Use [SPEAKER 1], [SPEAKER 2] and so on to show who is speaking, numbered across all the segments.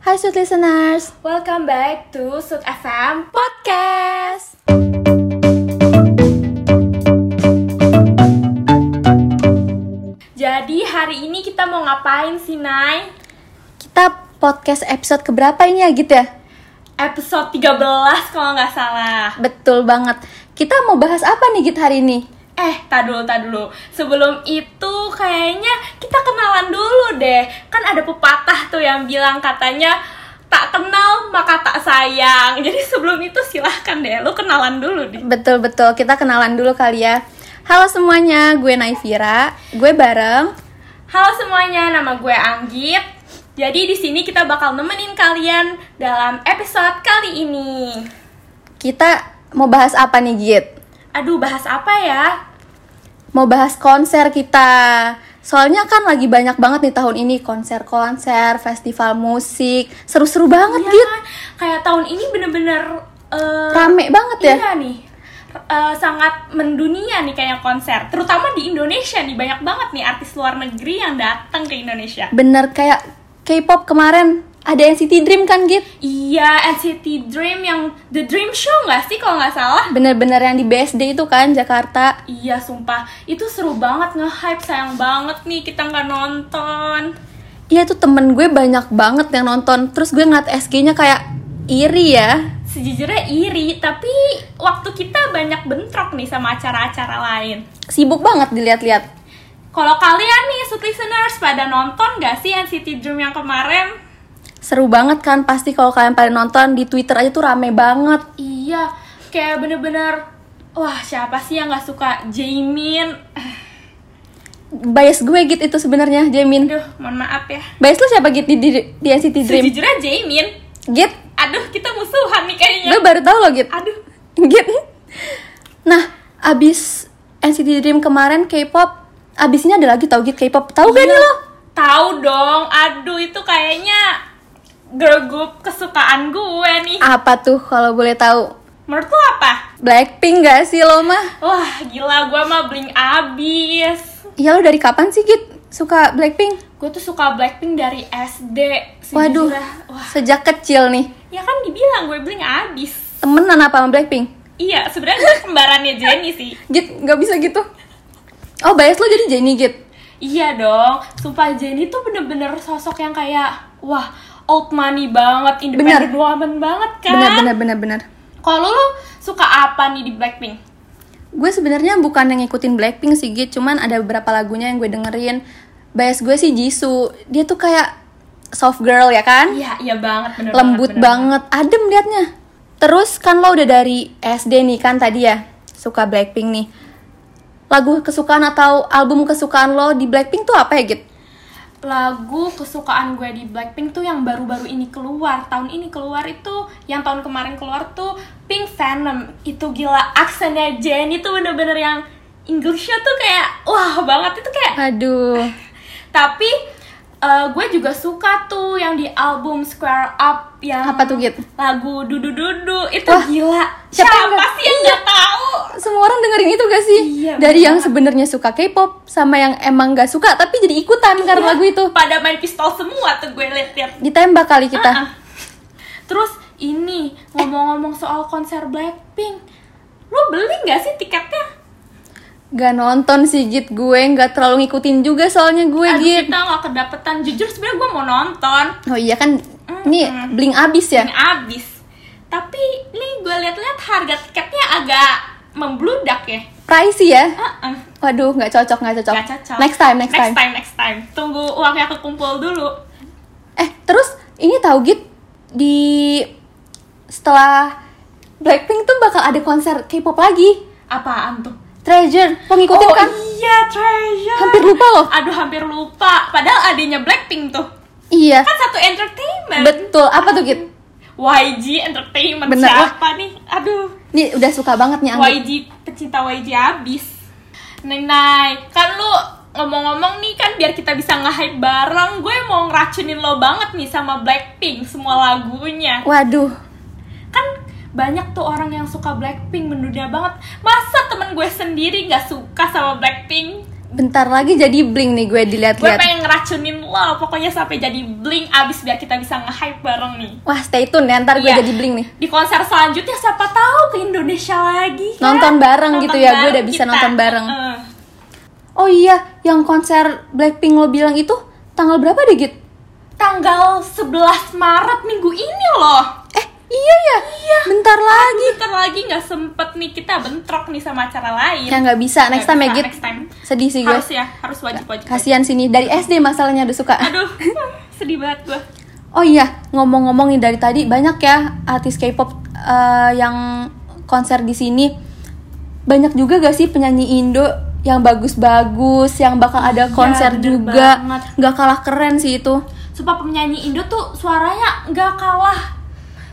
[SPEAKER 1] Hai sweet listeners,
[SPEAKER 2] Welcome back to Sud FM Podcast. Jadi hari ini kita mau ngapain sih, Nay?
[SPEAKER 1] kita podcast episode keberapa ini ya gitu ya?
[SPEAKER 2] Episode 13 kalau nggak salah.
[SPEAKER 1] Betul banget. Kita mau bahas apa nih Git hari ini?
[SPEAKER 2] Eh, tak dulu, tak dulu. Sebelum itu kayaknya kita kenalan dulu deh. Kan ada pepatah tuh yang bilang katanya tak kenal maka tak sayang. Jadi sebelum itu silahkan deh, lu kenalan dulu deh.
[SPEAKER 1] Betul betul, kita kenalan dulu kali ya. Halo semuanya, gue Naifira, gue bareng.
[SPEAKER 2] Halo semuanya, nama gue Anggit. Jadi di sini kita bakal nemenin kalian dalam episode kali ini.
[SPEAKER 1] Kita mau bahas apa nih Git?
[SPEAKER 2] Aduh, bahas apa ya?
[SPEAKER 1] Mau bahas konser kita. Soalnya kan lagi banyak banget nih tahun ini konser-konser, festival musik, seru-seru banget
[SPEAKER 2] Iya
[SPEAKER 1] Git.
[SPEAKER 2] kan? Kayak tahun ini bener-bener eh,
[SPEAKER 1] Rame banget ya.
[SPEAKER 2] Iya nih. Eh, sangat mendunia nih kayak konser, terutama di Indonesia nih banyak banget nih artis luar negeri yang datang ke Indonesia.
[SPEAKER 1] Bener kayak K-pop kemarin ada NCT Dream kan Git?
[SPEAKER 2] Iya, NCT Dream yang The Dream Show nggak sih kalau nggak salah?
[SPEAKER 1] Bener-bener yang di BSD itu kan Jakarta.
[SPEAKER 2] Iya sumpah, itu seru banget nge-hype, sayang banget nih kita nggak nonton
[SPEAKER 1] Iya tuh temen gue banyak banget yang nonton Terus gue ngeliat SG-nya kayak iri ya
[SPEAKER 2] Sejujurnya iri, tapi waktu kita banyak bentrok nih sama acara-acara lain
[SPEAKER 1] Sibuk banget dilihat-lihat
[SPEAKER 2] Kalau kalian nih, Sweet Listeners, pada nonton gak sih NCT Dream yang kemarin?
[SPEAKER 1] Seru banget kan pasti kalau kalian pada nonton di Twitter aja tuh rame banget
[SPEAKER 2] Iya, kayak bener-bener, wah siapa sih yang nggak suka Jaemin?
[SPEAKER 1] Bias gue gitu itu sebenarnya Jamin
[SPEAKER 2] Aduh, mohon maaf ya
[SPEAKER 1] Bias lu siapa gitu di, di, di NCT Dream?
[SPEAKER 2] Sejujurnya Jaemin,
[SPEAKER 1] Git?
[SPEAKER 2] aduh kita musuhan nih kayaknya
[SPEAKER 1] Gue baru tahu loh Git
[SPEAKER 2] Aduh,
[SPEAKER 1] Git Nah abis NCT Dream kemarin K-pop Abis ini ada lagi tau Git K-pop Tau kan gak nih lo?
[SPEAKER 2] Tahu dong, aduh itu kayaknya girl group kesukaan gue nih.
[SPEAKER 1] Apa tuh kalau boleh tahu?
[SPEAKER 2] Menurut lo apa?
[SPEAKER 1] Blackpink gak sih lo mah?
[SPEAKER 2] Wah, gila gue mah bling abis.
[SPEAKER 1] Iya lo dari kapan sih Git suka Blackpink?
[SPEAKER 2] Gue tuh suka Blackpink dari SD.
[SPEAKER 1] Waduh,
[SPEAKER 2] sejujurnya. Wah,
[SPEAKER 1] sejak kecil nih
[SPEAKER 2] ya kan dibilang gue bling abis.
[SPEAKER 1] temenan apa sama Blackpink?
[SPEAKER 2] Iya, sebenarnya gue kembarannya Jennie sih.
[SPEAKER 1] Git nggak bisa gitu. Oh bias lo jadi Jennie Git.
[SPEAKER 2] Iya dong, sumpah Jennie tuh bener-bener sosok yang kayak, wah, old money banget, independent woman banget kan.
[SPEAKER 1] Bener bener bener bener.
[SPEAKER 2] Kalau lo suka apa nih di Blackpink?
[SPEAKER 1] Gue sebenarnya bukan yang ngikutin Blackpink sih Git, cuman ada beberapa lagunya yang gue dengerin. Bias gue sih Jisoo, dia tuh kayak soft girl ya kan?
[SPEAKER 2] Iya, iya banget bener
[SPEAKER 1] Lembut
[SPEAKER 2] bener
[SPEAKER 1] banget, adem liatnya. Terus kan lo udah dari SD nih kan tadi ya, suka Blackpink nih. Lagu kesukaan atau album kesukaan lo di Blackpink tuh apa ya Git?
[SPEAKER 2] lagu kesukaan gue di Blackpink tuh yang baru-baru ini keluar tahun ini keluar itu yang tahun kemarin keluar tuh Pink Venom itu gila aksennya Jennie tuh bener-bener yang Inggrisnya tuh kayak wah banget itu kayak
[SPEAKER 1] Aduh,
[SPEAKER 2] tapi eh, gue juga suka tuh yang di album Square Up yang
[SPEAKER 1] apa tuh Git?
[SPEAKER 2] lagu Dudu Dudu itu
[SPEAKER 1] Wah,
[SPEAKER 2] gila
[SPEAKER 1] siapa
[SPEAKER 2] siapa,
[SPEAKER 1] yang nggak-
[SPEAKER 2] sih yang nggak tahu
[SPEAKER 1] Semua orang dengerin itu gak sih?
[SPEAKER 2] Iya,
[SPEAKER 1] Dari
[SPEAKER 2] bener
[SPEAKER 1] yang
[SPEAKER 2] banget.
[SPEAKER 1] sebenarnya suka K-pop sama yang emang gak suka tapi jadi ikutan karena
[SPEAKER 2] Iya,
[SPEAKER 1] lagu itu.
[SPEAKER 2] pada main pistol semua tuh gue liat-liat
[SPEAKER 1] Ditembak kali kita.
[SPEAKER 2] Ah. Terus ini ngomong-ngomong soal konser Blackpink, lo beli nggak sih tiketnya?
[SPEAKER 1] Gak nonton sih Git gue, gak terlalu ngikutin juga soalnya gue
[SPEAKER 2] Aduh
[SPEAKER 1] Git.
[SPEAKER 2] kita nggak kedapetan. Jujur sebenarnya gue mau nonton,
[SPEAKER 1] Oh iya kan, ini bling abis ya.
[SPEAKER 2] yang abis. Tapi nih gue liat-liat harga tiketnya agak membludak ya.
[SPEAKER 1] Pricey ya.
[SPEAKER 2] Heeh.
[SPEAKER 1] Waduh, gak cocok, gak cocok.
[SPEAKER 2] Nggak cocok.
[SPEAKER 1] Next time, next, time.
[SPEAKER 2] next time, next time. Tunggu uangnya kekumpul dulu.
[SPEAKER 1] Eh, terus ini tahu Git di setelah Blackpink tuh bakal ada konser K-pop lagi.
[SPEAKER 2] Apaan tuh?
[SPEAKER 1] Treasure, lo ngikutin
[SPEAKER 2] oh
[SPEAKER 1] kan?
[SPEAKER 2] iya treasure.
[SPEAKER 1] Hampir lupa loh.
[SPEAKER 2] Aduh hampir lupa. Padahal adanya Blackpink tuh
[SPEAKER 1] Iya.
[SPEAKER 2] kan satu entertainment.
[SPEAKER 1] Betul, apa tuh Git?
[SPEAKER 2] YG Entertainment
[SPEAKER 1] Bener.
[SPEAKER 2] siapa nih? Aduh,
[SPEAKER 1] Nih udah suka banget nih Anggi.
[SPEAKER 2] YG pecinta YG abis. Nenai, kan lu ngomong-ngomong nih kan biar kita bisa nge-hype bareng, gue mau ngeracunin lo banget nih sama Blackpink semua lagunya.
[SPEAKER 1] Waduh,
[SPEAKER 2] Kan banyak tuh orang yang suka Blackpink mendunia banget. Masa temen gue sendiri nggak suka sama Blackpink?
[SPEAKER 1] Bentar lagi jadi bling nih gue
[SPEAKER 2] Gue
[SPEAKER 1] dilihat-lihat.
[SPEAKER 2] pengen ngeracunin lo, pokoknya sampai jadi bling abis biar kita bisa nge-hype bareng nih.
[SPEAKER 1] Wah, stay tune ya, ntar gue
[SPEAKER 2] Iya.
[SPEAKER 1] jadi bling nih.
[SPEAKER 2] Di konser selanjutnya siapa tahu ke Indonesia lagi. kan?
[SPEAKER 1] Nonton bareng gitu ya, gue udah bisa
[SPEAKER 2] kita.
[SPEAKER 1] nonton bareng.
[SPEAKER 2] Heeh.
[SPEAKER 1] Oh iya, yang konser Blackpink lo bilang itu tanggal berapa deh, Git?
[SPEAKER 2] Tanggal 11 Maret minggu ini loh.
[SPEAKER 1] Eh, iya ya. Bentar lagi.
[SPEAKER 2] Bentar lagi nggak sempet nih kita bentrok nih sama acara lain.
[SPEAKER 1] Ya nggak bisa, next
[SPEAKER 2] Nggak
[SPEAKER 1] time ya,
[SPEAKER 2] bisa,
[SPEAKER 1] Git.
[SPEAKER 2] next time.
[SPEAKER 1] Sedih sih gue.
[SPEAKER 2] Harus ya, harus wajib-wajib.
[SPEAKER 1] Kasihan sini dari SD masalahnya udah suka.
[SPEAKER 2] Aduh, sedih banget gue.
[SPEAKER 1] Oh iya, ngomong-ngomong nih dari tadi banyak ya artis K-pop eh, yang konser di sini. Banyak juga gak sih penyanyi Indo yang bagus-bagus, yang bakal ada konser
[SPEAKER 2] bener
[SPEAKER 1] juga.
[SPEAKER 2] banget.
[SPEAKER 1] Nggak kalah keren sih itu.
[SPEAKER 2] Sumpah penyanyi Indo tuh suaranya nggak kalah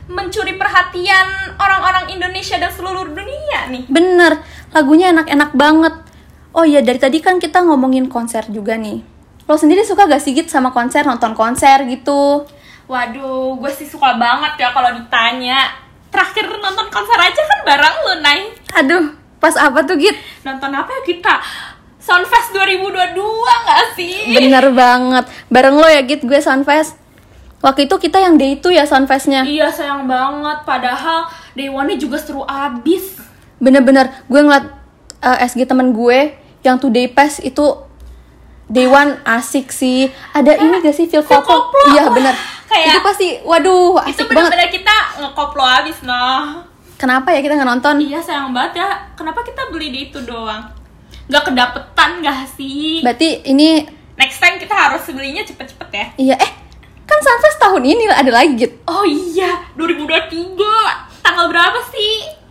[SPEAKER 2] mencuri perhatian orang-orang Indonesia dan seluruh dunia nih.
[SPEAKER 1] Bener, lagunya enak-enak banget. Oh iya, dari tadi kan kita ngomongin konser juga nih. Lo sendiri suka gak sih Git sama konser, nonton konser gitu?
[SPEAKER 2] Waduh, gue sih suka banget ya kalau ditanya. Terakhir nonton konser aja kan bareng lu, Nay.
[SPEAKER 1] Aduh, pas apa tuh Git?
[SPEAKER 2] Nonton apa ya kita? Soundfest 2022 nggak sih?
[SPEAKER 1] Bener banget. Bareng lo ya Git, gue Sunfest. Waktu itu kita yang day itu ya Sunfestnya.
[SPEAKER 2] Iya, sayang banget. Padahal Day One-nya juga seru abis.
[SPEAKER 1] Bener-bener, gue ngeliat eh, SG temen gue yang tuh day pass itu day one asik sih. Ada ini gak sih feel
[SPEAKER 2] Phil
[SPEAKER 1] koplo?
[SPEAKER 2] Koplo.
[SPEAKER 1] Iya bener.
[SPEAKER 2] Kayak-
[SPEAKER 1] itu pasti, waduh
[SPEAKER 2] Itu
[SPEAKER 1] asik banget.
[SPEAKER 2] bener-bener kita ngekoplo abis, noh.
[SPEAKER 1] Kenapa ya kita nggak nonton?
[SPEAKER 2] Iya, sayang banget ya. Kenapa kita beli di itu doang? Nggak kedapetan nggak sih?
[SPEAKER 1] Berarti ini
[SPEAKER 2] Next time kita harus belinya cepet-cepet ya.
[SPEAKER 1] Iya, eh kan Sunfest tahun ini ada lagi gitu.
[SPEAKER 2] Oh iya, 2023. Tanggal berapa sih?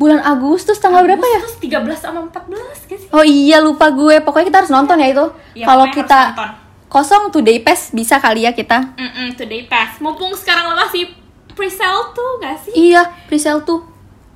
[SPEAKER 1] Bulan Agustus tanggal berapa ya?
[SPEAKER 2] Agustus 13 sama 14 gak sih?
[SPEAKER 1] Oh iya lupa gue, pokoknya kita harus nonton ya itu.
[SPEAKER 2] Iya,
[SPEAKER 1] Kalau
[SPEAKER 2] pokoknya
[SPEAKER 1] kita
[SPEAKER 2] harus nonton.
[SPEAKER 1] kosong today pass bisa kali ya kita.
[SPEAKER 2] Mm-mm, today pass. Mumpung sekarang lo masih pre-sale tuh gak sih?
[SPEAKER 1] Iya, presale tuh.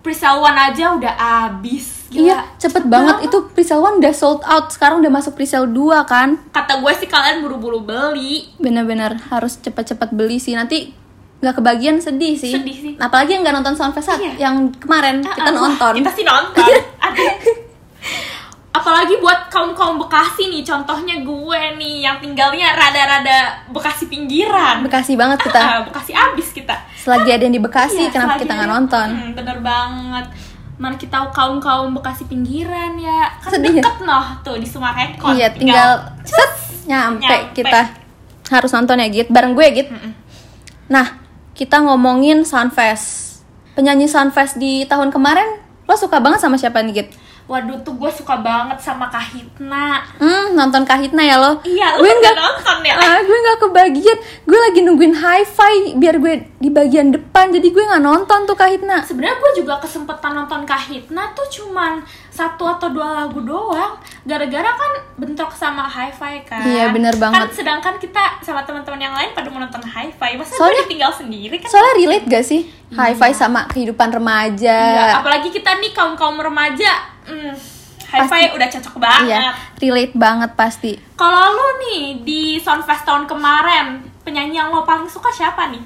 [SPEAKER 2] Pre-sale one aja udah abis. Gila.
[SPEAKER 1] Iya, cepet banget itu presale 1 udah sold out, sekarang udah masuk presale 2 kan.
[SPEAKER 2] Kata gue sih kalian buru-buru beli.
[SPEAKER 1] Bener-bener harus cepet-cepet beli sih nanti nggak kebagian sedih sih.
[SPEAKER 2] Sedih sih.
[SPEAKER 1] Apalagi yang nggak nonton Sunfest saat-
[SPEAKER 2] Iya.
[SPEAKER 1] yang kemarin kita
[SPEAKER 2] Ah, ah,
[SPEAKER 1] nonton.
[SPEAKER 2] Kita sih nonton. Aduh. Apalagi buat kaum-kaum Bekasi nih, contohnya gue nih yang tinggalnya rada-rada Bekasi pinggiran.
[SPEAKER 1] Bekasi banget kita.
[SPEAKER 2] Ah, Bekasi abis kita.
[SPEAKER 1] Selagi ada yang di Bekasi,
[SPEAKER 2] Iya,
[SPEAKER 1] kenapa
[SPEAKER 2] selagi-
[SPEAKER 1] kita nggak nonton?
[SPEAKER 2] Hmm, bener banget. Mana kita tahu kaum-kaum Bekasi pinggiran ya. Kan
[SPEAKER 1] Sedih ya?
[SPEAKER 2] deket noh tuh di Sumarekon.
[SPEAKER 1] Iya, tinggal set nyampe,
[SPEAKER 2] Nyampe.
[SPEAKER 1] kita. Harus nonton ya, Git. Bareng gue, Git. Nah, kita ngomongin Sunfest. Penyanyi Sunfest di tahun kemarin, lo suka banget sama siapa nih, Git?
[SPEAKER 2] Waduh tuh gue suka banget sama Kahitna.
[SPEAKER 1] Hmm, nonton Kahitna ya lo?
[SPEAKER 2] Iya, lu
[SPEAKER 1] gue
[SPEAKER 2] udah
[SPEAKER 1] nggak
[SPEAKER 2] nonton ya?
[SPEAKER 1] Ah, gue nggak kebagian. Gue lagi nungguin hi-fi biar gue di bagian depan. Jadi gue nggak nonton tuh Kahitna.
[SPEAKER 2] Sebenarnya gue juga kesempatan nonton Kahitna tuh cuman satu atau dua lagu doang. Gara-gara kan bentrok sama hi-fi kan.
[SPEAKER 1] Iya, bener banget.
[SPEAKER 2] Kan sedangkan kita sama teman-teman yang lain pada mau nonton hi-fi. Masa
[SPEAKER 1] Soalnya-
[SPEAKER 2] gue ditinggal sendiri kan?
[SPEAKER 1] Soalnya relate gak sih? Hi-fi sama kehidupan remaja.
[SPEAKER 2] Iya, apalagi kita nih kaum-kaum remaja. Hmm, hi-fi udah cocok banget.
[SPEAKER 1] Iya, relate banget pasti.
[SPEAKER 2] Kalau lu nih di Soundfest tahun kemarin, penyanyi yang lo paling suka siapa nih?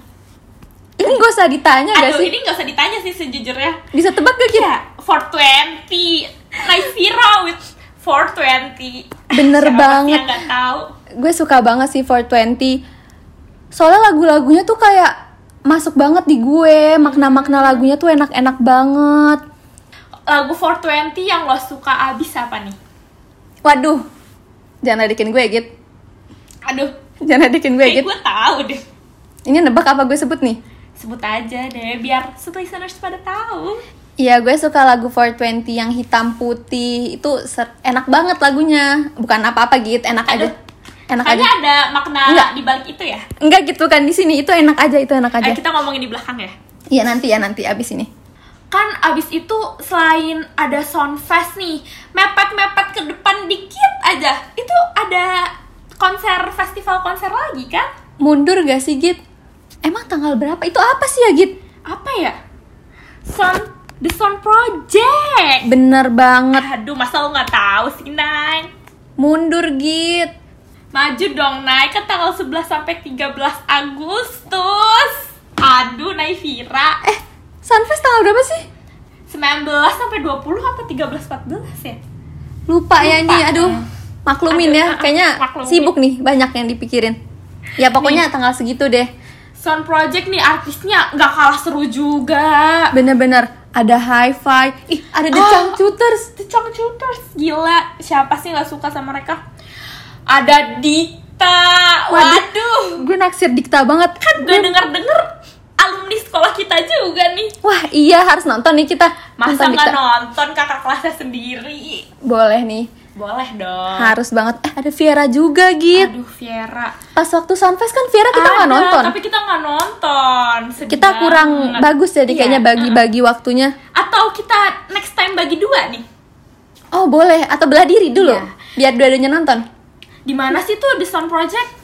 [SPEAKER 1] Ini gak usah ditanya gak
[SPEAKER 2] Aduh,
[SPEAKER 1] Iya sih?
[SPEAKER 2] ini gak usah ditanya sih sejujurnya.
[SPEAKER 1] Bisa tebak gak Git?
[SPEAKER 2] Ya, 420. Nice Zero with 420.
[SPEAKER 1] Bener
[SPEAKER 2] Siapa sih
[SPEAKER 1] banget.
[SPEAKER 2] yang Gak tahu.
[SPEAKER 1] Gue suka banget sih 420 Soalnya lagu-lagunya tuh kayak masuk banget di gue Makna-makna lagunya tuh enak-enak banget
[SPEAKER 2] Lagu 420 yang lo suka abis apa nih?
[SPEAKER 1] Waduh Jangan ledekin gue Git
[SPEAKER 2] Aduh,
[SPEAKER 1] Jangan ledekin gue Git
[SPEAKER 2] kayak gue tahu deh.
[SPEAKER 1] Ini nebak apa gue sebut nih?
[SPEAKER 2] Sebut aja deh, biar listeners pada tahu.
[SPEAKER 1] Iya gue suka lagu 420 yang hitam putih Itu ser- enak banget lagunya Bukan apa-apa Git, enak aja
[SPEAKER 2] Aduh.
[SPEAKER 1] Enak aja
[SPEAKER 2] Kayaknya ada makna
[SPEAKER 1] Enggak.
[SPEAKER 2] di balik itu ya.
[SPEAKER 1] Enggak gitu kan di sini itu enak aja itu enak aja
[SPEAKER 2] Eh, kita ngomongin di belakang ya.
[SPEAKER 1] Iya nanti ya nanti abis ini
[SPEAKER 2] Kan abis itu selain ada sound fest nih, mepet-mepet ke depan dikit aja. Itu ada konser festival konser lagi kan?
[SPEAKER 1] Mundur gak sih Git? Emang tanggal berapa? Itu apa sih ya Git?
[SPEAKER 2] Apa ya? Sound The Sound Project.
[SPEAKER 1] Bener banget
[SPEAKER 2] Aduh, masa lo nggak tahu sih, Nay?
[SPEAKER 1] Mundur Git
[SPEAKER 2] Maju dong, Nay, ke tanggal 11 sampai 13 Agustus. Aduh, Nay Vira.
[SPEAKER 1] Eh, Sunfest tanggal berapa sih?
[SPEAKER 2] 19 sampai 20 apa 13 14 ya?
[SPEAKER 1] lupa, ya
[SPEAKER 2] Lupa.
[SPEAKER 1] nih aduh maklumin
[SPEAKER 2] Aduh,
[SPEAKER 1] ya
[SPEAKER 2] ah,
[SPEAKER 1] kayaknya
[SPEAKER 2] maklumin.
[SPEAKER 1] sibuk nih banyak yang dipikirin ya pokoknya tanggal segitu deh
[SPEAKER 2] Sound Project nih artisnya nggak kalah seru juga.
[SPEAKER 1] bener-bener ada hi-fi ih ada The
[SPEAKER 2] Ah.
[SPEAKER 1] Changcuters
[SPEAKER 2] The Changcuters gila. Siapa sih nggak suka sama mereka? Ada Dita. Waduh,
[SPEAKER 1] gue naksir dikta banget kan
[SPEAKER 2] gue denger denger alumni sekolah kita juga nih.
[SPEAKER 1] wah iya harus nonton nih kita
[SPEAKER 2] Masa
[SPEAKER 1] nonton
[SPEAKER 2] nggak nonton kakak kelasnya sendiri?
[SPEAKER 1] boleh nih
[SPEAKER 2] Boleh dong.
[SPEAKER 1] harus banget eh ada Viera juga gitu
[SPEAKER 2] Aduh, Viera.
[SPEAKER 1] pas waktu Sunfest kan Viera kita nggak
[SPEAKER 2] Ah. Ada,
[SPEAKER 1] nonton
[SPEAKER 2] Tapi kita nggak nonton. Sedih
[SPEAKER 1] kita kurang
[SPEAKER 2] banget.
[SPEAKER 1] bagus jadi
[SPEAKER 2] Iya.
[SPEAKER 1] kayaknya bagi-bagi waktunya
[SPEAKER 2] Atau kita next time bagi dua nih.
[SPEAKER 1] oh boleh atau belah diri dulu
[SPEAKER 2] Iya.
[SPEAKER 1] biar dua-duanya nonton
[SPEAKER 2] Di mana sih tuh The Sound Project?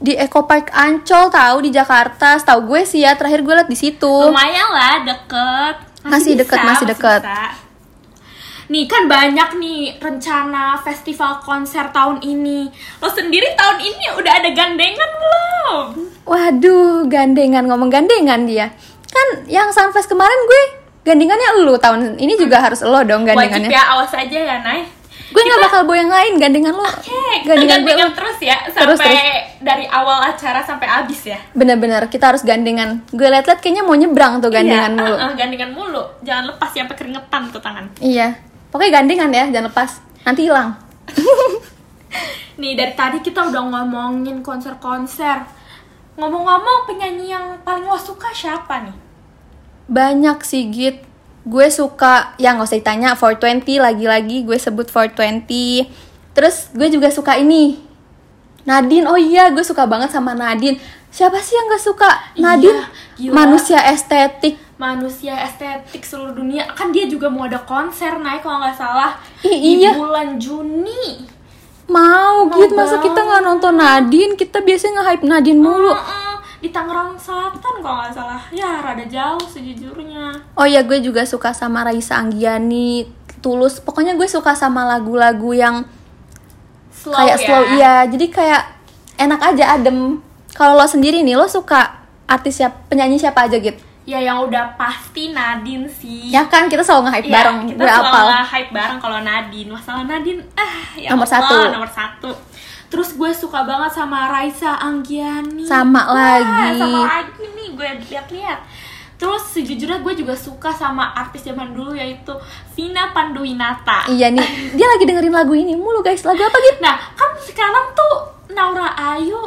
[SPEAKER 1] di Eco Park Ancol tahu di Jakarta tahu gue sih ya terakhir gue liat di situ
[SPEAKER 2] Lumayan lah, deket.
[SPEAKER 1] Masih deket,
[SPEAKER 2] bisa,
[SPEAKER 1] masih deket.
[SPEAKER 2] bisa. Nih kan banyak nih rencana festival konser tahun ini. Lo sendiri tahun ini udah ada gandengan belum?
[SPEAKER 1] waduh gandengan ngomong gandengan dia kan yang Sunfest kemarin gue gandengannya lu tahun ini juga harus lo dong
[SPEAKER 2] Wajib
[SPEAKER 1] gandengannya
[SPEAKER 2] ya awas aja ya, Nay.
[SPEAKER 1] gue nggak bakal bawa yang lain gandengan lo
[SPEAKER 2] Oke, kita
[SPEAKER 1] gandengan gue
[SPEAKER 2] gandengan terus ya sampai
[SPEAKER 1] Terus,
[SPEAKER 2] dari awal acara sampai habis ya.
[SPEAKER 1] bener-bener kita harus gandengan gue liat-liat kayaknya mau nyebrang tuh gandengan
[SPEAKER 2] Iya,
[SPEAKER 1] mulu
[SPEAKER 2] uh-uh, gandengan mulu. Jangan lepas ya, sampai keringetan tuh tangan.
[SPEAKER 1] iya pokoknya gandengan ya jangan lepas nanti hilang
[SPEAKER 2] Nih dari tadi kita udah ngomongin konser-konser. Ngomong-ngomong penyanyi yang paling lo suka siapa nih?
[SPEAKER 1] banyak sih git gue suka ya nggak usah ditanya 420 lagi-lagi gue sebut 420 terus gue juga suka ini Nadine oh iya gue suka banget sama Nadine siapa sih yang gak suka Nadine
[SPEAKER 2] Iya, gila.
[SPEAKER 1] manusia estetik
[SPEAKER 2] Manusia estetik seluruh dunia. Kan dia juga mau ada konser naik kalau nggak salah.
[SPEAKER 1] Ih,
[SPEAKER 2] Di
[SPEAKER 1] iya.
[SPEAKER 2] bulan Juni.
[SPEAKER 1] mau,
[SPEAKER 2] Mau
[SPEAKER 1] git masa
[SPEAKER 2] banget. Ah.
[SPEAKER 1] kita nggak nonton Nadine kita biasanya nge-hype Nadine mulu
[SPEAKER 2] Mm-mm, di Tangerang Selatan kalau nggak salah. Ya rada jauh sejujurnya.
[SPEAKER 1] Oh iya, gue juga suka sama Raisa Anggiani, Tulus. Pokoknya gue suka sama lagu-lagu yang
[SPEAKER 2] Slow
[SPEAKER 1] kayak
[SPEAKER 2] ya.
[SPEAKER 1] slow iya. Jadi kayak enak aja adem. Kalau lo sendiri nih, lo suka artis siapa, penyanyi siapa aja gitu?
[SPEAKER 2] Ya yang udah pasti Nadine sih.
[SPEAKER 1] Ya kan kita selalu nge-hype
[SPEAKER 2] Iya,
[SPEAKER 1] bareng.
[SPEAKER 2] kita
[SPEAKER 1] Gue apal.
[SPEAKER 2] selalu hype bareng kalau Nadine masalah Nadine ah ya
[SPEAKER 1] Nomor
[SPEAKER 2] Allah,
[SPEAKER 1] satu.
[SPEAKER 2] nomor satu terus gue suka banget sama Raisa Anggiani
[SPEAKER 1] Sama lagi.
[SPEAKER 2] sama lagi nih gue lihat-lihat terus sejujurnya gue juga suka sama artis zaman dulu yaitu Vina Panduwinata
[SPEAKER 1] Iya nih, dia lagi dengerin lagu ini mulu guys. Lagu apa gitu?
[SPEAKER 2] nah kan sekarang tuh Naura Ayu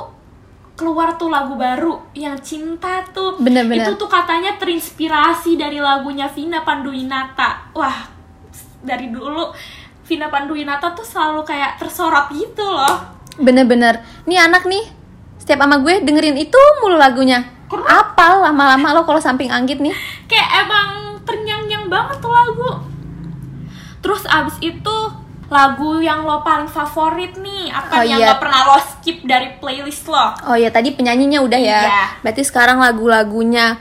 [SPEAKER 2] keluar tuh lagu baru yang cinta tuh
[SPEAKER 1] Bener-bener.
[SPEAKER 2] itu tuh katanya terinspirasi dari lagunya Vina Panduwinata wah dari dulu Vina Panduwinata tuh selalu kayak tersorot gitu loh
[SPEAKER 1] Bener-bener. Nih anak nih, setiap sama gue dengerin itu mulu lagunya.
[SPEAKER 2] Keren.
[SPEAKER 1] Apal lama-lama lo kalau samping anggit nih.
[SPEAKER 2] kayak emang ternyang-nyang banget tuh lagu terus abis itu lagu yang lo paling favorit nih apa
[SPEAKER 1] Oh,
[SPEAKER 2] yang
[SPEAKER 1] iya.
[SPEAKER 2] gak pernah lo skip dari playlist lo
[SPEAKER 1] Oh ya tadi penyanyinya udah ya.
[SPEAKER 2] Iya.
[SPEAKER 1] Berarti sekarang lagu-lagunya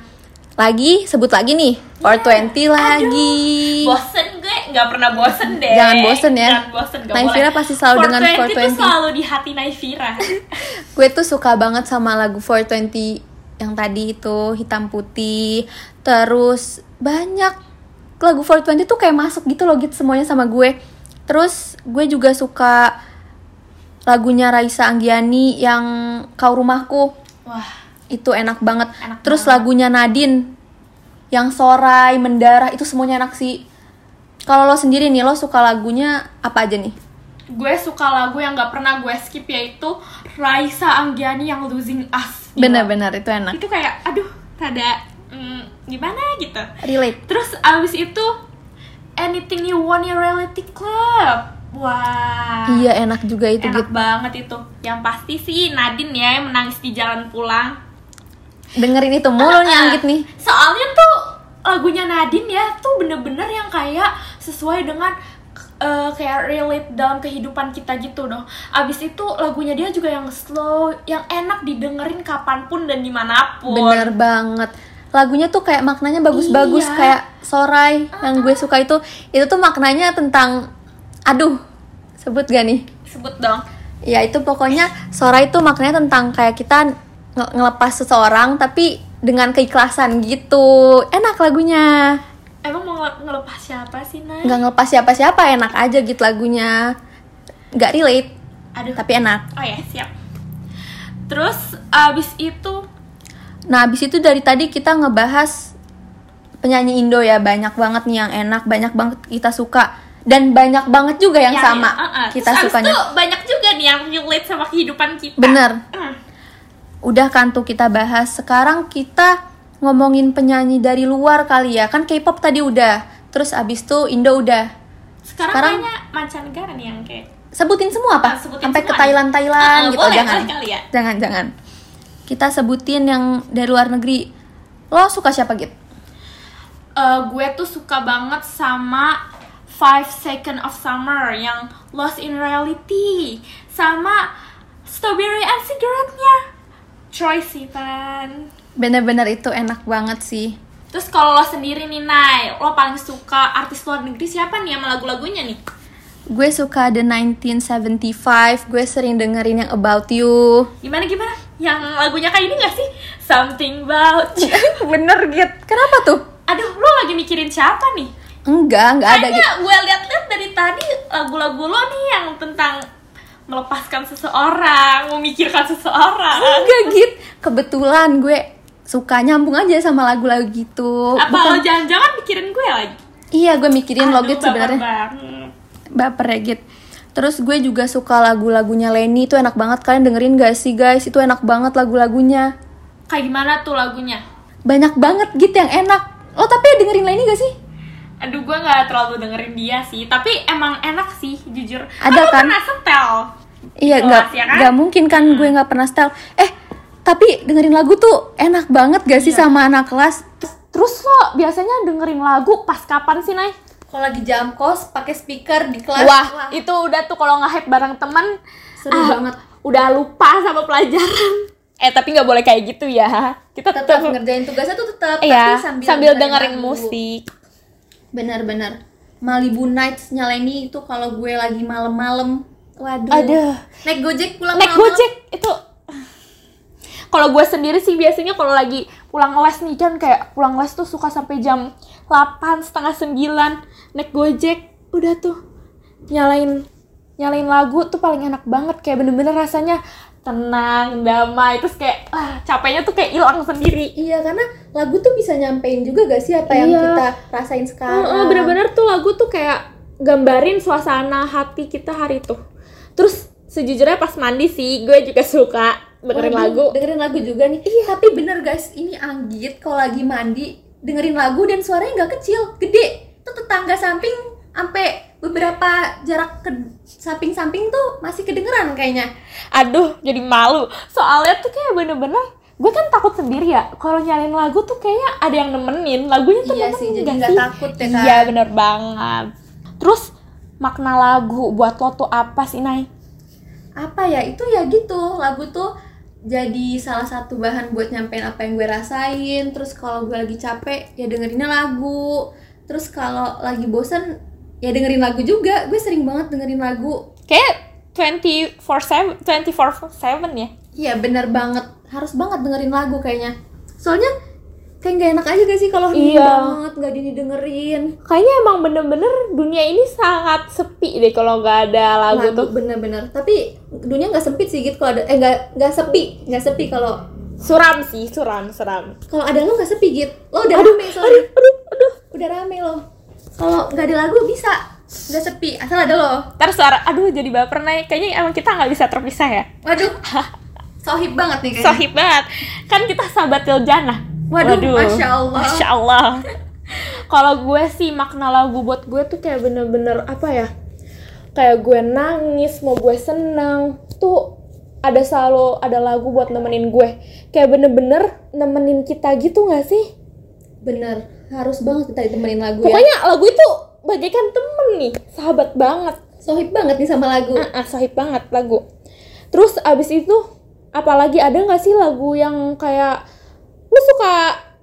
[SPEAKER 1] lagi sebut lagi nih.
[SPEAKER 2] Iya.
[SPEAKER 1] 420 lagi.
[SPEAKER 2] bosen gue nggak pernah bosen deh
[SPEAKER 1] Jangan bosen ya.
[SPEAKER 2] jangan bosen gak
[SPEAKER 1] Naifira
[SPEAKER 2] boleh.
[SPEAKER 1] pasti selalu dengan
[SPEAKER 2] 420 tuh
[SPEAKER 1] 420.
[SPEAKER 2] selalu di hati Naifira
[SPEAKER 1] Gue tuh suka banget sama lagu 420 yang tadi itu hitam putih. Terus banyak lagu 420 tuh kayak masuk gitu loh gitu semuanya sama gue. Terus gue juga suka lagunya Raisa Anggiani yang Kau Rumahku.
[SPEAKER 2] wah
[SPEAKER 1] itu enak banget.
[SPEAKER 2] Enak
[SPEAKER 1] Terus
[SPEAKER 2] banget.
[SPEAKER 1] lagunya Nadine yang sorai mendarah itu semuanya enak sih. Kalau lo sendiri nih lo suka lagunya apa aja nih?
[SPEAKER 2] gue suka lagu yang gak pernah gue skip yaitu Raisa Anggiani yang Losing Us Gila.
[SPEAKER 1] Benar-benar itu enak.
[SPEAKER 2] itu kayak aduh rada mm, gimana gitu
[SPEAKER 1] Relate.
[SPEAKER 2] terus abis itu Anything You Want Your Reality Club wah
[SPEAKER 1] Iya enak juga itu
[SPEAKER 2] enak
[SPEAKER 1] Git.
[SPEAKER 2] banget itu yang pasti sih Nadine ya yang menangis di jalan pulang
[SPEAKER 1] Dengerin itu mulu nih Anggit nih.
[SPEAKER 2] Ah, Soalnya tuh lagunya Nadine ya tuh bener-bener yang kayak sesuai dengan eh, kayak relate dalam kehidupan kita gitu dong. Abis itu lagunya dia juga yang slow, yang enak didengerin kapanpun dan dimanapun.
[SPEAKER 1] Bener banget. Lagunya tuh kayak maknanya bagus-bagus
[SPEAKER 2] Iya.
[SPEAKER 1] kayak sorai yang gue suka itu itu tuh maknanya tentang aduh sebut gak nih?
[SPEAKER 2] Sebut dong.
[SPEAKER 1] Ya itu pokoknya Sora itu maknanya tentang kayak kita nge- ngelepas seseorang tapi dengan keikhlasan gitu. Enak lagunya.
[SPEAKER 2] Emang mau ngel- ngelepas siapa sih, Nay?
[SPEAKER 1] nggak ngelepas siapa-siapa enak aja gitu lagunya nggak relate
[SPEAKER 2] Aduh.
[SPEAKER 1] tapi enak
[SPEAKER 2] Oh ya, siap. Terus abis itu
[SPEAKER 1] nah abis itu dari tadi kita ngebahas penyanyi Indo ya banyak banget nih yang enak banyak banget kita suka dan banyak banget juga yang, sama
[SPEAKER 2] uh-uh.
[SPEAKER 1] kita
[SPEAKER 2] Terus abis
[SPEAKER 1] sukanya
[SPEAKER 2] itu banyak juga nih yang relate sama kehidupan kita.
[SPEAKER 1] bener
[SPEAKER 2] Hmm.
[SPEAKER 1] udah kan tuh kita bahas sekarang kita ngomongin penyanyi dari luar kali ya kan K-pop tadi udah terus abis itu Indo udah
[SPEAKER 2] Sekarang,
[SPEAKER 1] Sekarang-
[SPEAKER 2] banyak mancanegara nih yang kayak
[SPEAKER 1] sebutin semua
[SPEAKER 2] Ah,
[SPEAKER 1] apa
[SPEAKER 2] sebutin
[SPEAKER 1] sampai ke
[SPEAKER 2] semua.
[SPEAKER 1] Thailand Thailand
[SPEAKER 2] Ah, ah,
[SPEAKER 1] gitu
[SPEAKER 2] boleh,
[SPEAKER 1] jangan
[SPEAKER 2] boleh kali ya.
[SPEAKER 1] jangan jangan kita sebutin yang dari luar negeri lo suka siapa gitu
[SPEAKER 2] eh, gue tuh suka banget sama Five Second of Summer yang Lost in Reality sama Strawberry and Cigarette-nya Troy Sivan.
[SPEAKER 1] bener-bener itu enak banget sih
[SPEAKER 2] Terus kalau lo sendiri nih, Nay, lo paling suka artis luar negeri siapa nih sama lagu-lagunya nih?
[SPEAKER 1] gue suka The 1975 gue sering dengerin yang About You
[SPEAKER 2] Gimana gimana? Yang lagunya kayak ini gak sih? Something about you.
[SPEAKER 1] bener gitu kenapa tuh
[SPEAKER 2] Aduh, lo lagi mikirin siapa nih?
[SPEAKER 1] enggak enggak ada gitu
[SPEAKER 2] Kayaknya gue liat-liat dari tadi lagu-lagu lo nih yang tentang melepaskan seseorang, memikirkan seseorang.
[SPEAKER 1] enggak gitu kebetulan gue suka nyambung aja sama lagu-lagu gitu
[SPEAKER 2] Apa
[SPEAKER 1] Bukan-
[SPEAKER 2] lo jangan-jangan mikirin gue lagi?
[SPEAKER 1] iya gue mikirin lo
[SPEAKER 2] Aduh,
[SPEAKER 1] gitu
[SPEAKER 2] baper
[SPEAKER 1] sebenarnya
[SPEAKER 2] banget.
[SPEAKER 1] baper ya Git. Terus gue juga suka lagu-lagunya Lenny itu enak banget kalian dengerin gak sih guys itu enak banget lagu-lagunya
[SPEAKER 2] Kayak gimana tuh lagunya?
[SPEAKER 1] banyak banget gitu yang enak lo tapi dengerin Lenny gak sih
[SPEAKER 2] Aduh, gue nggak terlalu dengerin dia sih, tapi emang enak sih, jujur.
[SPEAKER 1] Ada
[SPEAKER 2] lo
[SPEAKER 1] kan?
[SPEAKER 2] pernah setel.
[SPEAKER 1] iya nggak
[SPEAKER 2] Jelas, ya kan?
[SPEAKER 1] nggak mungkin kan gue nggak pernah setel eh tapi dengerin lagu tuh enak banget gak
[SPEAKER 2] Iya.
[SPEAKER 1] sih sama anak kelas
[SPEAKER 2] Terus lo biasanya dengerin lagu pas kapan sih, Nay?
[SPEAKER 1] kalau lagi jam kos pakai speaker di kelas
[SPEAKER 2] Wah, itu udah tuh kalau nge-hype bareng temen ah,
[SPEAKER 1] Seru banget.
[SPEAKER 2] Udah lupa sama pelajaran Eh, tapi nggak boleh kayak gitu ya Kita tetap,
[SPEAKER 1] ngerjain tugasnya tuh tetap
[SPEAKER 2] Iya, sambil, dengerin musik
[SPEAKER 1] benar-benar Malibu Nights-nya Lenny itu kalau gue lagi malam-malam waduh
[SPEAKER 2] Aduh.
[SPEAKER 1] naik gojek pulang
[SPEAKER 2] Naik gojek, itu kalau gue sendiri sih biasanya kalau lagi pulang les nih kan kayak pulang les tuh suka sampai jam 8, setengah 9 Naik gojek, udah tuh nyalain nyalain lagu tuh paling enak banget kayak bener-bener rasanya tenang, damai terus kayak ah, capeknya tuh kayak hilang sendiri
[SPEAKER 1] Iya karena lagu tuh bisa nyampein juga gak sih apa yang
[SPEAKER 2] Iya.
[SPEAKER 1] kita rasain sekarang.
[SPEAKER 2] Heeh, bener-bener tuh lagu tuh kayak gambarin suasana hati kita hari itu. Terus sejujurnya pas mandi sih gue juga suka dengerin
[SPEAKER 1] Waduh,
[SPEAKER 2] lagu.
[SPEAKER 1] Dengerin lagu juga nih. Iya. Tapi bener guys, ini Anggit kalau lagi mandi dengerin lagu dan suaranya nggak kecil, gede. Tuh tetangga samping sampai beberapa jarak ke samping-samping tuh masih kedengeran kayaknya.
[SPEAKER 2] Aduh, jadi malu. Soalnya tuh kayak bener-bener gue kan takut sendiri ya. Kalau nyalain lagu tuh kayaknya ada yang nemenin. Lagunya tuh
[SPEAKER 1] Iya
[SPEAKER 2] nemenin
[SPEAKER 1] sih, jadi
[SPEAKER 2] nggak
[SPEAKER 1] nggak
[SPEAKER 2] sih?
[SPEAKER 1] takut ya kan?
[SPEAKER 2] Iya, bener banget. Terus makna lagu buat lo tuh apa sih, Nay?
[SPEAKER 1] Apa ya? Itu ya gitu. Lagu tuh jadi salah satu bahan buat nyampein apa yang gue rasain. Terus kalau gue lagi capek ya dengerinnya lagu. Terus kalau lagi bosen ya dengerin lagu juga. Gue sering banget dengerin lagu.
[SPEAKER 2] Kayak 24/7 24/7 ya.
[SPEAKER 1] Iya bener banget, harus banget dengerin lagu kayaknya Soalnya kayak nggak enak aja gak sih kalau hening
[SPEAKER 2] Iya.
[SPEAKER 1] banget, gak didengerin
[SPEAKER 2] kayaknya emang bener-bener dunia ini sangat sepi deh kalau nggak ada
[SPEAKER 1] Nah.
[SPEAKER 2] lagu, tuh
[SPEAKER 1] bener-bener, tapi dunia nggak sempit sih gitu kalau ada, eh nggak nggak sepi, nggak sepi kalau
[SPEAKER 2] suram sih suram suram
[SPEAKER 1] kalau ada lo nggak sepi gitu, lo udah rame soalnya,
[SPEAKER 2] aduh aduh aduh
[SPEAKER 1] udah rame lo. Kalau nggak ada lagu bisa, nggak sepi, asal ada lo.
[SPEAKER 2] ntar suara aduh jadi baper naik kayaknya emang kita nggak bisa terpisah ya
[SPEAKER 1] Waduh, sohib banget nih kayaknya.
[SPEAKER 2] sohib banget kan kita sahabat Liljana
[SPEAKER 1] Eh. Waduh, Masya Allah.
[SPEAKER 2] Masya Allah. kalau gue sih makna lagu buat gue tuh kayak bener-bener apa ya kayak gue nangis mau gue senang tuh ada selalu ada lagu buat nemenin gue kayak bener-bener nemenin kita gitu nggak sih
[SPEAKER 1] Bener, harus banget kita ditemenin lagu ya.
[SPEAKER 2] Pokoknya lagu itu bagaikan temen nih, sahabat banget,
[SPEAKER 1] Sohib banget nih sama lagu.
[SPEAKER 2] ah sahib banget lagu. Terus abis itu, apalagi ada nggak sih lagu yang kayak lu suka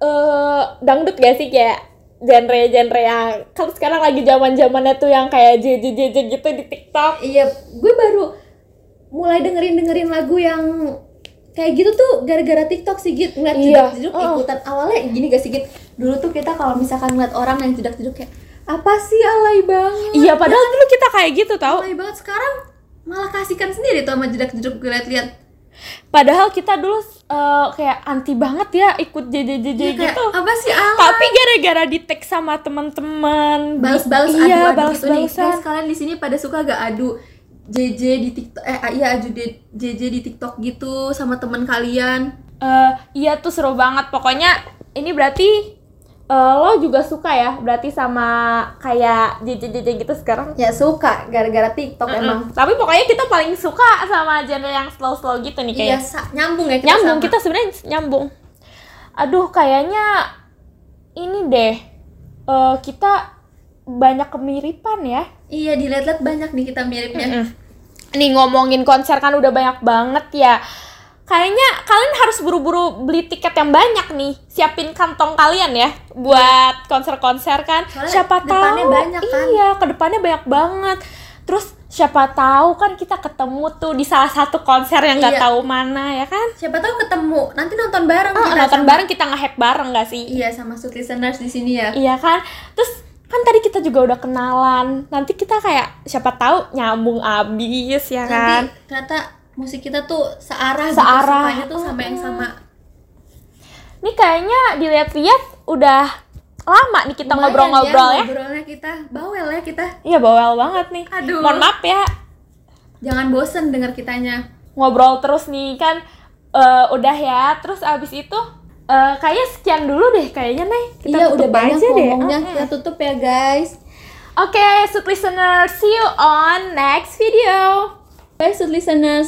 [SPEAKER 2] eh, dangdut gak sih kayak genre-genre yang kalau sekarang lagi zaman zamannya tuh yang kayak jjjj gitu di TikTok.
[SPEAKER 1] Iya, gue baru mulai dengerin dengerin lagu yang kayak gitu tuh gara-gara TikTok sih Git ngeliat
[SPEAKER 3] Iya.
[SPEAKER 1] jeduk-jeduk
[SPEAKER 3] Oh.
[SPEAKER 1] ikutan awalnya gini gak sih Git dulu tuh kita kalau misalkan ngeliat orang yang jeduk-jeduk kayak apa sih alay banget
[SPEAKER 2] Iya, padahal dulu kita kayak gitu tau.
[SPEAKER 1] alay banget sekarang malah kasihkan sendiri tuh sama jedak-jeduk gue liat-liat
[SPEAKER 2] Padahal kita dulu eh, kayak anti banget ya ikut JJJJ
[SPEAKER 1] Iya, kayak,
[SPEAKER 2] gitu.
[SPEAKER 1] apa sih alay
[SPEAKER 2] Tapi gara-gara di tag sama teman-teman. di-
[SPEAKER 1] balas-balas
[SPEAKER 2] iya,
[SPEAKER 1] adu-adu gitu nih
[SPEAKER 2] balas-balasan.
[SPEAKER 1] guys kalian di sini pada suka gak adu JJ di TikTok eh iya adu de- JJ di TikTok gitu sama teman kalian
[SPEAKER 2] Eh, iya tuh seru banget. Pokoknya ini berarti eh, lo juga suka ya berarti sama kayak JJJJ gitu sekarang.
[SPEAKER 1] ya suka gara-gara TikTok emang
[SPEAKER 2] Mm. Tapi pokoknya kita paling suka sama genre yang slow-slow gitu nih
[SPEAKER 1] iya
[SPEAKER 2] kayak.
[SPEAKER 1] sa- nyambung ya kita
[SPEAKER 2] nyambung
[SPEAKER 1] sama.
[SPEAKER 2] kita sebenarnya nyambung. Aduh kayaknya ini deh eh, kita banyak kemiripan ya.
[SPEAKER 1] iya dilihat-lihat banyak nih kita miripnya
[SPEAKER 2] Nih ngomongin konser kan udah banyak banget ya. Kayaknya kalian harus buru-buru beli tiket yang banyak nih. Siapin kantong kalian ya buat konser-konser kan.
[SPEAKER 1] Soalnya
[SPEAKER 2] siapa
[SPEAKER 1] depannya
[SPEAKER 2] tahu.
[SPEAKER 1] banyak kan.
[SPEAKER 2] Iya, ke depannya banyak banget. Terus siapa tahu kan kita ketemu tuh di salah satu konser yang nggak
[SPEAKER 1] Iya.
[SPEAKER 2] tahu mana ya kan.
[SPEAKER 1] siapa tahu ketemu nanti nonton bareng
[SPEAKER 2] Oh,
[SPEAKER 1] kita
[SPEAKER 2] nonton
[SPEAKER 1] sama-
[SPEAKER 2] bareng kita nge-hype bareng gak sih?
[SPEAKER 1] iya sama Sweet listeners di sini ya
[SPEAKER 2] Iya kan? Terus kan tadi kita juga udah kenalan. Nanti kita kayak siapa tahu nyambung abis ya kan.
[SPEAKER 1] nanti ternyata musik kita tuh searah
[SPEAKER 2] Searah. Ah,
[SPEAKER 1] gitu sukanya tuh sama yang sama
[SPEAKER 2] Ini kayaknya dilihat-lihat udah lama nih kita
[SPEAKER 1] Lumayan
[SPEAKER 2] ngobrol-ngobrol ya.
[SPEAKER 1] ngobrolnya kita bawel ya kita
[SPEAKER 2] Iya bawel banget nih.
[SPEAKER 1] Aduh.
[SPEAKER 2] Mohon maaf ya.
[SPEAKER 1] jangan bosen dengar kitanya
[SPEAKER 2] Ngobrol terus nih kan eh, udah ya. Terus abis itu eh, kayaknya sekian dulu deh kayaknya nih. Kita
[SPEAKER 1] iya
[SPEAKER 2] tutup
[SPEAKER 1] udah banyak
[SPEAKER 2] aja deh. Ah.
[SPEAKER 1] ngomongnya
[SPEAKER 2] Mm-mm.
[SPEAKER 1] kita tutup ya guys
[SPEAKER 2] Oke, sweet listener, see you on next video.
[SPEAKER 1] bye sweet listeners